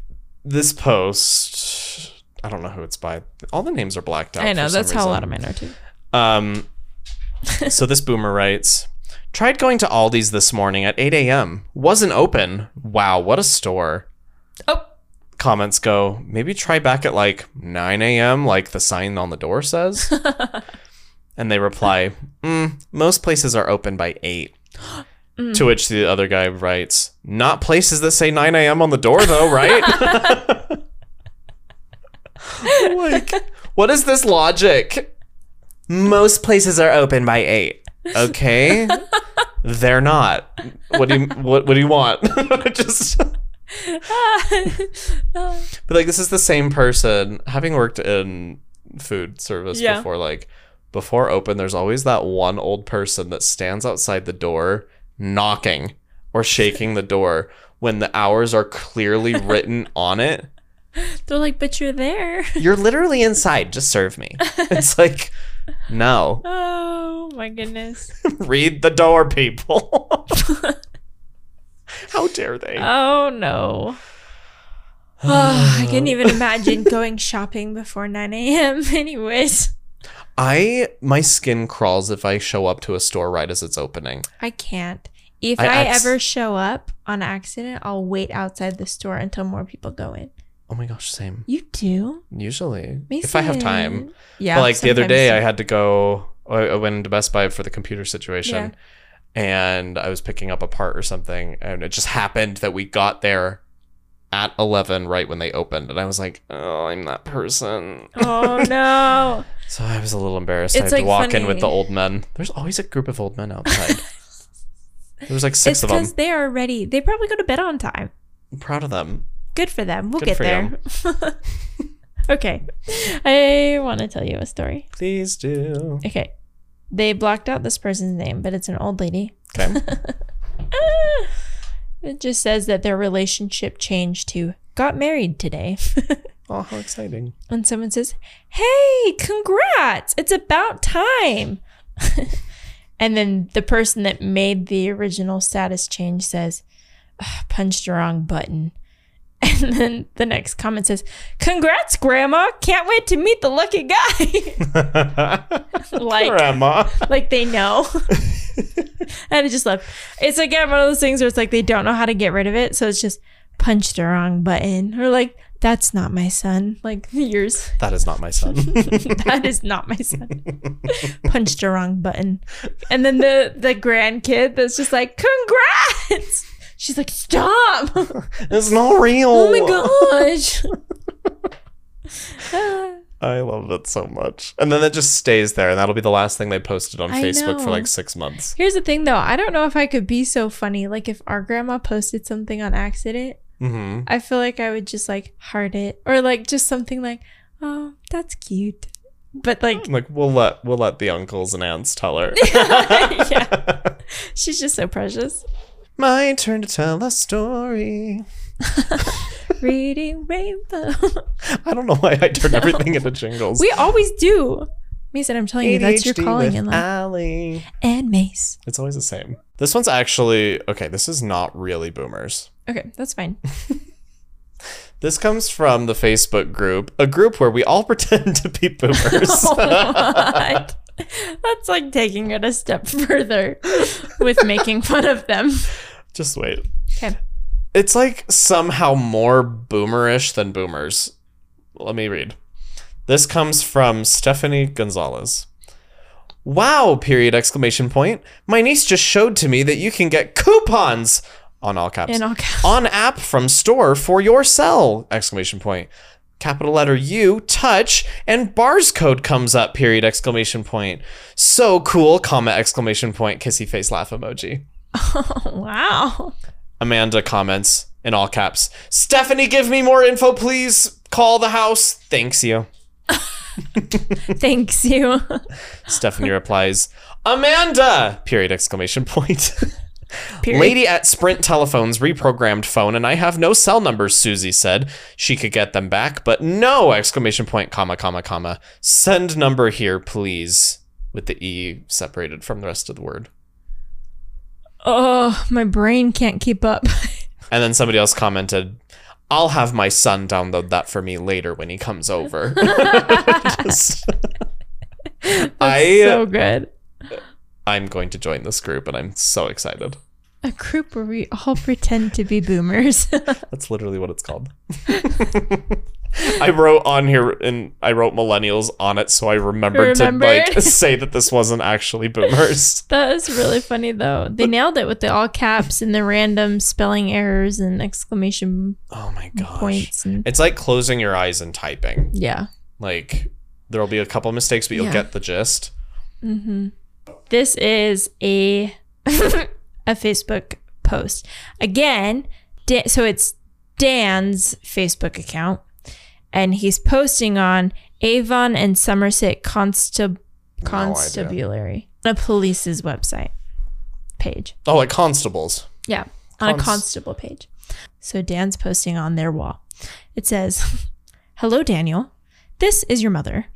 S2: this post. I don't know who it's by. All the names are blacked out.
S1: I know
S2: for some
S1: that's how a lot
S2: reason.
S1: of mine are too. [laughs]
S2: Um, so this boomer writes, tried going to Aldi's this morning at 8 a.m. Wasn't open. Wow, what a store.
S1: [laughs] Oh,
S2: Comments go, maybe try back at like 9 a.m., like the sign on the door says. and they reply, mm, most places are open by 8. To which the other guy writes, not places that say 9 a.m. on the door, though, right? [laughs] like, what is this logic? Most places are open by eight. Okay, they're not. What do you what What do you want? [laughs] Just but like this is the same person having worked in food service
S1: Yeah.
S2: before. Like before open, there's always that one old person that stands outside the door knocking or shaking the door when the hours are clearly written on it.
S1: [laughs] they're like, but you're there. [laughs]
S2: You're literally inside. Just serve me. It's like no.
S1: Oh my goodness.
S2: read the door, people. How dare they?
S1: Oh no. Oh, I
S2: [sighs]
S1: couldn't even imagine going shopping before 9 a.m. [laughs] Anyways,
S2: I my skin crawls if I show up to a store right as it's opening.
S1: I can't. If I,
S2: I acc-
S1: ever show up on accident, I'll wait outside the store until more people go in.
S2: Oh my gosh, same.
S1: You do?
S2: Usually, if I
S1: Mason.
S2: have time.
S1: Yeah.
S2: But, like the other
S1: sometimes
S2: day,
S1: you-
S2: I had to go. I I went into Best Buy for the computer situation, and I was picking up a part or something, and it just happened that we got there at eleven, right when they opened, and I was like, "Oh, I'm that person."
S1: Oh no.
S2: So I was a little embarrassed. I
S1: It's,
S2: had
S1: like,
S2: to walk in with
S1: funny.
S2: the old men. There's always a group of old men
S1: [laughs]
S2: outside. there was like [laughs] six
S1: it's
S2: of them.
S1: because they are ready. They probably go to bed on time.
S2: I'm proud of them.
S1: Good for them. We'll get
S2: Good for
S1: there. [laughs] okay. I want to tell you a story. [laughs]
S2: Please do.
S1: Okay. They blocked out this person's name, but it's an old lady.
S2: Okay.
S1: It just says that their relationship changed to got married today. [laughs]
S2: oh, how exciting.
S1: and someone says, Hey, congrats. It's about time. [laughs] and then the person that made the original status change says, "Ugh, Punched the wrong button. [laughs] And then the next comment says, Congrats, Grandma. Can't wait to meet the lucky guy. [laughs] like,
S2: Grandma.
S1: like they know. [laughs] and I just love. It's again one of those things where it's like they don't know how to get rid of it, so it's just punch the wrong button or like that's not my son. Like [laughs] yours,
S2: That is not my
S1: [laughs]
S2: son.
S1: that is not my son. punch the wrong button, and then the the grandkid that's just like congrats. She's like stop. [laughs]
S2: [laughs] it's not real.
S1: Oh my gosh. [sighs] Ah,
S2: I love it so much. And then it just stays there, and that'll be the last thing they posted on
S1: I
S2: Facebook for
S1: know.
S2: like six months.
S1: Here's the thing though, I don't know if I could be so funny. Like if our grandma posted something on accident,
S2: Mm-hmm.
S1: I feel like I would just like heart it or like just something like, oh, that's cute. But like, [laughs]
S2: Like we'll let we'll let the uncles and aunts tell her.
S1: yeah, she's just so precious.
S2: My turn to tell a story.
S1: Reading Rainbow. [laughs]
S2: I don't know why I turned everything into jingles.
S1: we always do. Mason, I'm telling you, that's your
S2: ADHD
S1: calling
S2: with
S1: in life.
S2: Ally.
S1: and Mace.
S2: It's always the same. This one's actually okay. This is not really boomers.
S1: Okay, that's
S2: [laughs]
S1: fine. [laughs]
S2: This comes from the Facebook group, a group where we all [laughs] pretend to be
S1: [laughs]
S2: boomers.
S1: What? that's like taking it a step [laughs] further with making fun of them.
S2: Just wait.
S1: Okay.
S2: It's like somehow more boomerish than boomers. Let me read. This comes from Stephanie Gonzalez. Wow, period exclamation point. My niece just showed to me that you can get coupons on all caps.
S1: In all caps.
S2: On app from store for your cell! Exclamation point. Capital letter U, touch, and bars code comes up, period, exclamation point. So cool, comma, exclamation point, kissy face laugh emoji.
S1: [laughs] wow.
S2: Amanda comments in all caps. Stephanie, give me more info, please. Call the house. Thanks you.
S1: Thanks you. [laughs]
S2: Stephanie replies, Amanda! Period, exclamation point.
S1: Period.
S2: Lady at Sprint Telephones reprogrammed phone, and I have no cell numbers, Susie said. She could get them back, but no! Exclamation point, comma, comma, comma. Send number here, please. With the E separated from the rest of the word.
S1: Oh, my brain can't keep up. [laughs]
S2: And then somebody else commented, I'll have my son download that for me later when he
S1: [laughs]
S2: comes over. Just- [laughs] I uh,
S1: so good.
S2: I'm going to join this group and I'm so excited.
S1: A group where we all pretend to be boomers. [laughs]
S2: That's literally what it's called. I wrote on here and I wrote millennials on it so I remembered, to like [laughs]
S1: Remembered.
S2: say that this wasn't actually boomers.
S1: that is really funny though. They nailed it with the all caps and the random spelling errors and exclamation
S2: Oh my gosh.
S1: [laughs] points and
S2: It's like closing your eyes and typing.
S1: yeah.
S2: Like there'll be a couple mistakes but you'll
S1: Yeah.
S2: get the gist.
S1: Mm-hmm. This is a [laughs] a Facebook post again. Da- so it's Dan's Facebook account, and he's posting on Avon and Somerset Constab- Constabulary, on a police's website page.
S2: Oh, like constables.
S1: Yeah, on a
S2: Const-
S1: constable page. So Dan's posting on their wall. It says, [laughs] "Hello, Daniel. This is your
S2: [gasps]
S1: mother.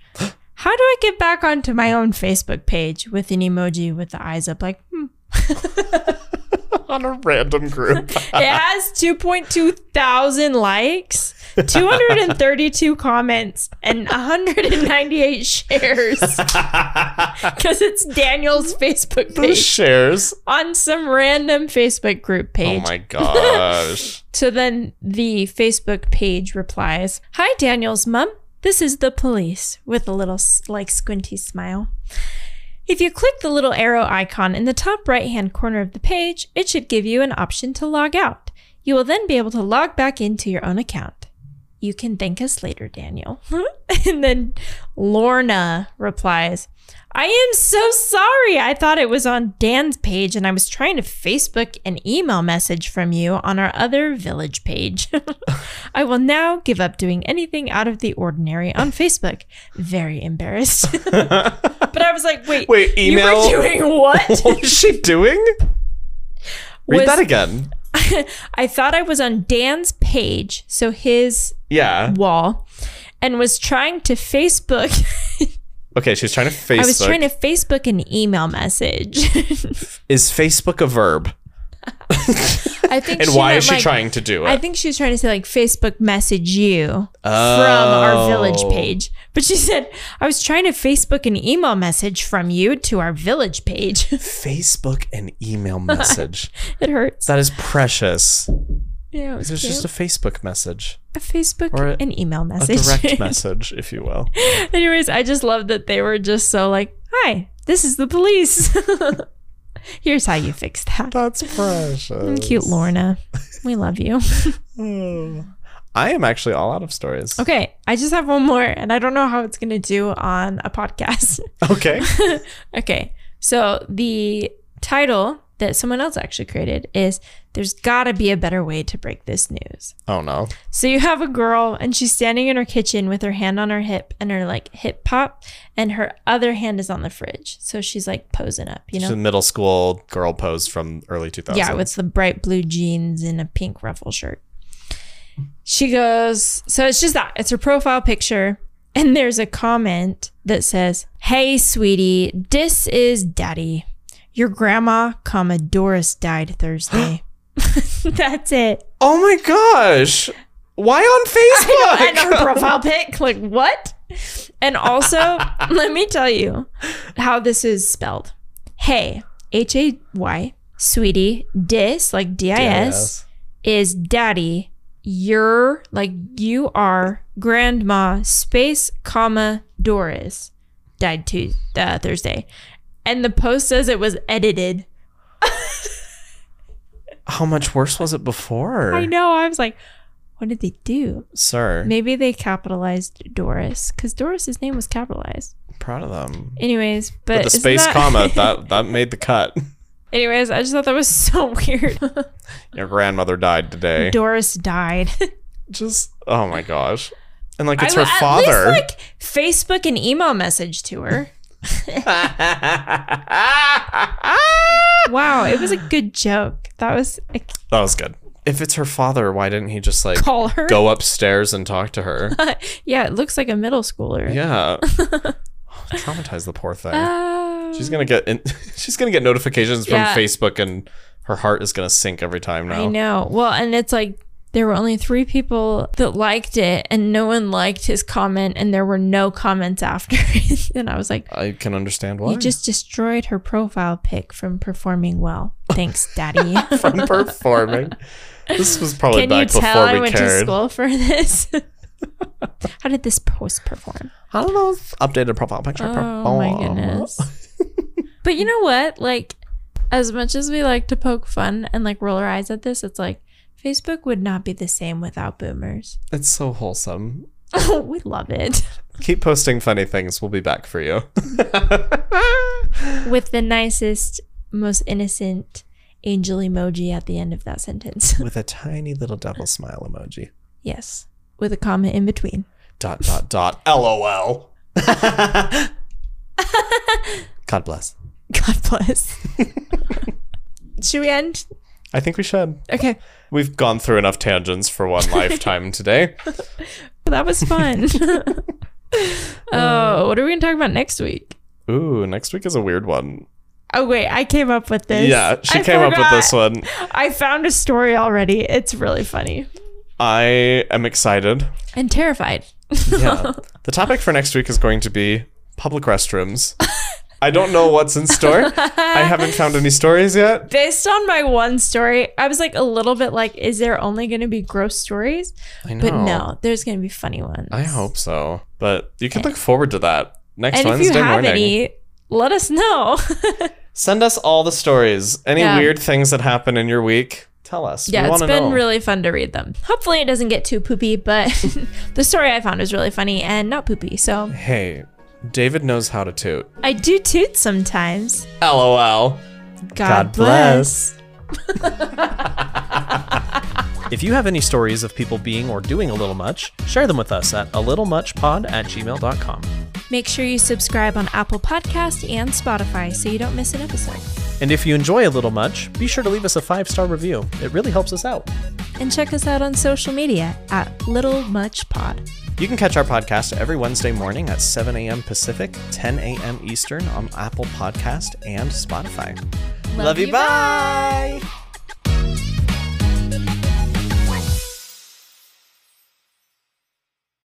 S1: How do I get back onto my own Facebook page with an emoji with the eyes up? Like,
S2: [laughs]
S1: hmm.
S2: on a random group. [laughs]
S1: it has 2.2 thousand
S2: [laughs]
S1: likes, 232 comments, and 198
S2: [laughs]
S1: shares [laughs] because it's Daniel's Facebook
S2: the
S1: page
S2: shares.
S1: on some random Facebook group
S2: Oh
S1: page."
S2: my gosh.
S1: So then the Facebook page replies, Hi, Daniel's mom. This is the police with a little s- like squinty smile. If you click the little arrow icon in the top right hand corner of the page, it should give you an option to log out. You will then be able to log back into your own account. You can thank us later, Daniel. [laughs] and then Lorna replies, I am so sorry. I thought it was on Dan's page and I was trying to Facebook an email message from you on our other village page. [laughs] I will now give up doing anything out of the ordinary on Facebook. Very embarrassed. [laughs] but I was like, wait,
S2: Wait, email.
S1: you were doing [laughs]
S2: [laughs]
S1: what?
S2: what was she doing? Read
S1: Was-
S2: that again.
S1: I thought I was on Dan's page, so his
S2: Yeah.
S1: wall, and was trying to Facebook.
S2: Okay, she's trying to Facebook.
S1: I was trying to Facebook an email message.
S2: Is Facebook a verb?
S1: [laughs] I think.
S2: And
S1: she
S2: why
S1: meant,
S2: is she
S1: like-
S2: trying to uh, do it?
S1: I think she was trying to say like Facebook message you from
S2: Oh.
S1: our village page, but she said I was trying to Facebook an email message from you to our village page. [laughs]
S2: Facebook and email message.
S1: it hurts.
S2: that is precious.
S1: Yeah, it was
S2: It's
S1: cute.
S2: just a Facebook
S1: [laughs]
S2: message,
S1: a Facebook
S2: or a-
S1: and email
S2: a
S1: message. [laughs]
S2: direct message, if you will.
S1: Anyways, I just love that they were just so like, "Hi, this is the police. [laughs] Here's how you fix that." [laughs]
S2: That's precious.
S1: Cute Lorna, we love you.
S2: Hmm. I am actually all out of stories.
S1: Okay, I just have one more, and I don't know how it's gonna do on a podcast. [laughs]
S2: Okay.
S1: okay, so the title that someone else actually created is "There's Gotta Be a Better Way to Break This News."
S2: oh no.
S1: So you have a girl, and she's standing in her kitchen with her hand on her hip and her like hip pop, and her other hand is on the fridge. So she's like posing up, you know.
S2: She's a middle school girl pose from early 2000s.
S1: Yeah, with the bright blue jeans and a pink ruffle shirt. She goes, so it's just that. It's her profile picture. And there's a comment that says, Hey, sweetie, this is daddy. Your grandma, comma, Doris died [gasps] Thursday. [laughs] That's it.
S2: oh my gosh.
S1: [laughs]
S2: Why on Facebook?
S1: And her
S2: [laughs]
S1: profile pic. Like, what? And [laughs] also, let me tell you how this is spelled. Hey, H A Y, sweetie, dis, like D I S, is daddy your like you are grandma space comma doris died to uh, thursday and the post says it was edited
S2: how much worse was it before?
S1: I know. I was like, what did they do?
S2: Sir,
S1: Maybe they capitalized Doris because Doris's name was capitalized.
S2: proud of them.
S1: Anyways, but,
S2: But the
S1: isn't
S2: space
S1: that- [laughs]
S2: comma, that, that made the cut.
S1: Anyways, I just thought that was so [laughs] weird.
S2: Your grandmother died today.
S1: Doris died.
S2: Just, oh my gosh. And like, it's
S1: I
S2: her
S1: would
S2: father.
S1: At least, like Facebook and email message to her.
S2: [laughs] that
S1: Wow, it was a good joke. That was a
S2: was good. If it's her father, why didn't he just
S1: [laughs]
S2: like
S1: call her.
S2: go upstairs and talk
S1: [laughs]
S2: to her?
S1: yeah, it looks like a middle schooler. [laughs]
S2: Yeah. Traumatize the poor thing.
S1: Uh,
S2: she's gonna get in- [laughs] she's gonna get notifications from
S1: Yeah.
S2: Facebook and her heart is gonna sink every time
S1: I
S2: now.
S1: know. Well, and it's like there were only three people that liked it, and no one liked his comment, and there were no comments after [laughs] it. and I was like,
S2: I, can understand why.
S1: You just destroyed her profile pic from performing well. Thanks, Daddy. [laughs]
S2: [laughs] [laughs] from performing. This was probably
S1: Can you
S2: back before
S1: tell I
S2: we
S1: went to
S2: cared.
S1: school for
S2: [laughs]
S1: this? How did this post perform?
S2: I don't know. Updated profile picture.
S1: Oh my goodness. but you know what? Like, as much as we like to poke fun and like roll our eyes at this, it's like Facebook would not be the same without boomers. [laughs]
S2: It's so wholesome.
S1: we love it.
S2: Keep posting funny things. We'll be back for you. [laughs]
S1: With the nicest, most innocent angel emoji at the end of that sentence. [laughs]
S2: With a tiny little devil smile emoji.
S1: yes. With a comma in between. [laughs]
S2: Dot dot dot. LOL. [laughs] God bless.
S1: God bless. Should we end?
S2: I think we should.
S1: Okay.
S2: We've gone through enough tangents for
S1: [laughs]
S2: one lifetime today.
S1: That was fun. [laughs] oh, what are we going to talk about next week?
S2: Ooh, next week is a weird one.
S1: Oh, wait. I came up with this.
S2: Yeah, she
S1: I
S2: came up with
S1: forgot.
S2: this one.
S1: I found a story already. It's really funny
S2: I am excited.
S1: and terrified. [laughs]
S2: Yeah. the topic for next week is going to be public restrooms. I don't know what's in store. I haven't found any stories yet.
S1: Based on my one story, I was like a little bit like, is there only going to be gross stories?
S2: I know.
S1: But no, there's going to be funny ones.
S2: I hope so. But you can look forward to that next
S1: And
S2: Wednesday
S1: if you have
S2: morning.
S1: any, let us know.
S2: Send us all the stories. Any
S1: Yeah.
S2: weird things that happen in your week, tell
S1: [laughs]
S2: us.
S1: yeah,
S2: we
S1: it's
S2: want to
S1: been
S2: know.
S1: really fun to read them. Hopefully, it doesn't get too poopy, but [laughs] the story I found is really funny and not poopy.
S2: [laughs]
S1: So
S2: hey, David knows how to toot.
S1: I do toot sometimes.
S2: LOL.
S1: God,
S2: God bless.
S1: bless.
S3: If you have any stories of people being or doing a little much, share them with us at a little much pod at gmail.com.
S1: Make sure you subscribe on Apple Podcast and Spotify so you don't miss an episode.
S3: And if you enjoy a little much, be sure to leave us a five star review. It really helps us out.
S1: And check us out on social media at Little Much Pod.
S2: You can catch our podcast every Wednesday morning at 7 a.m. Pacific, 10 a.m. Eastern on Apple Podcast and Spotify. Love, you. Bye.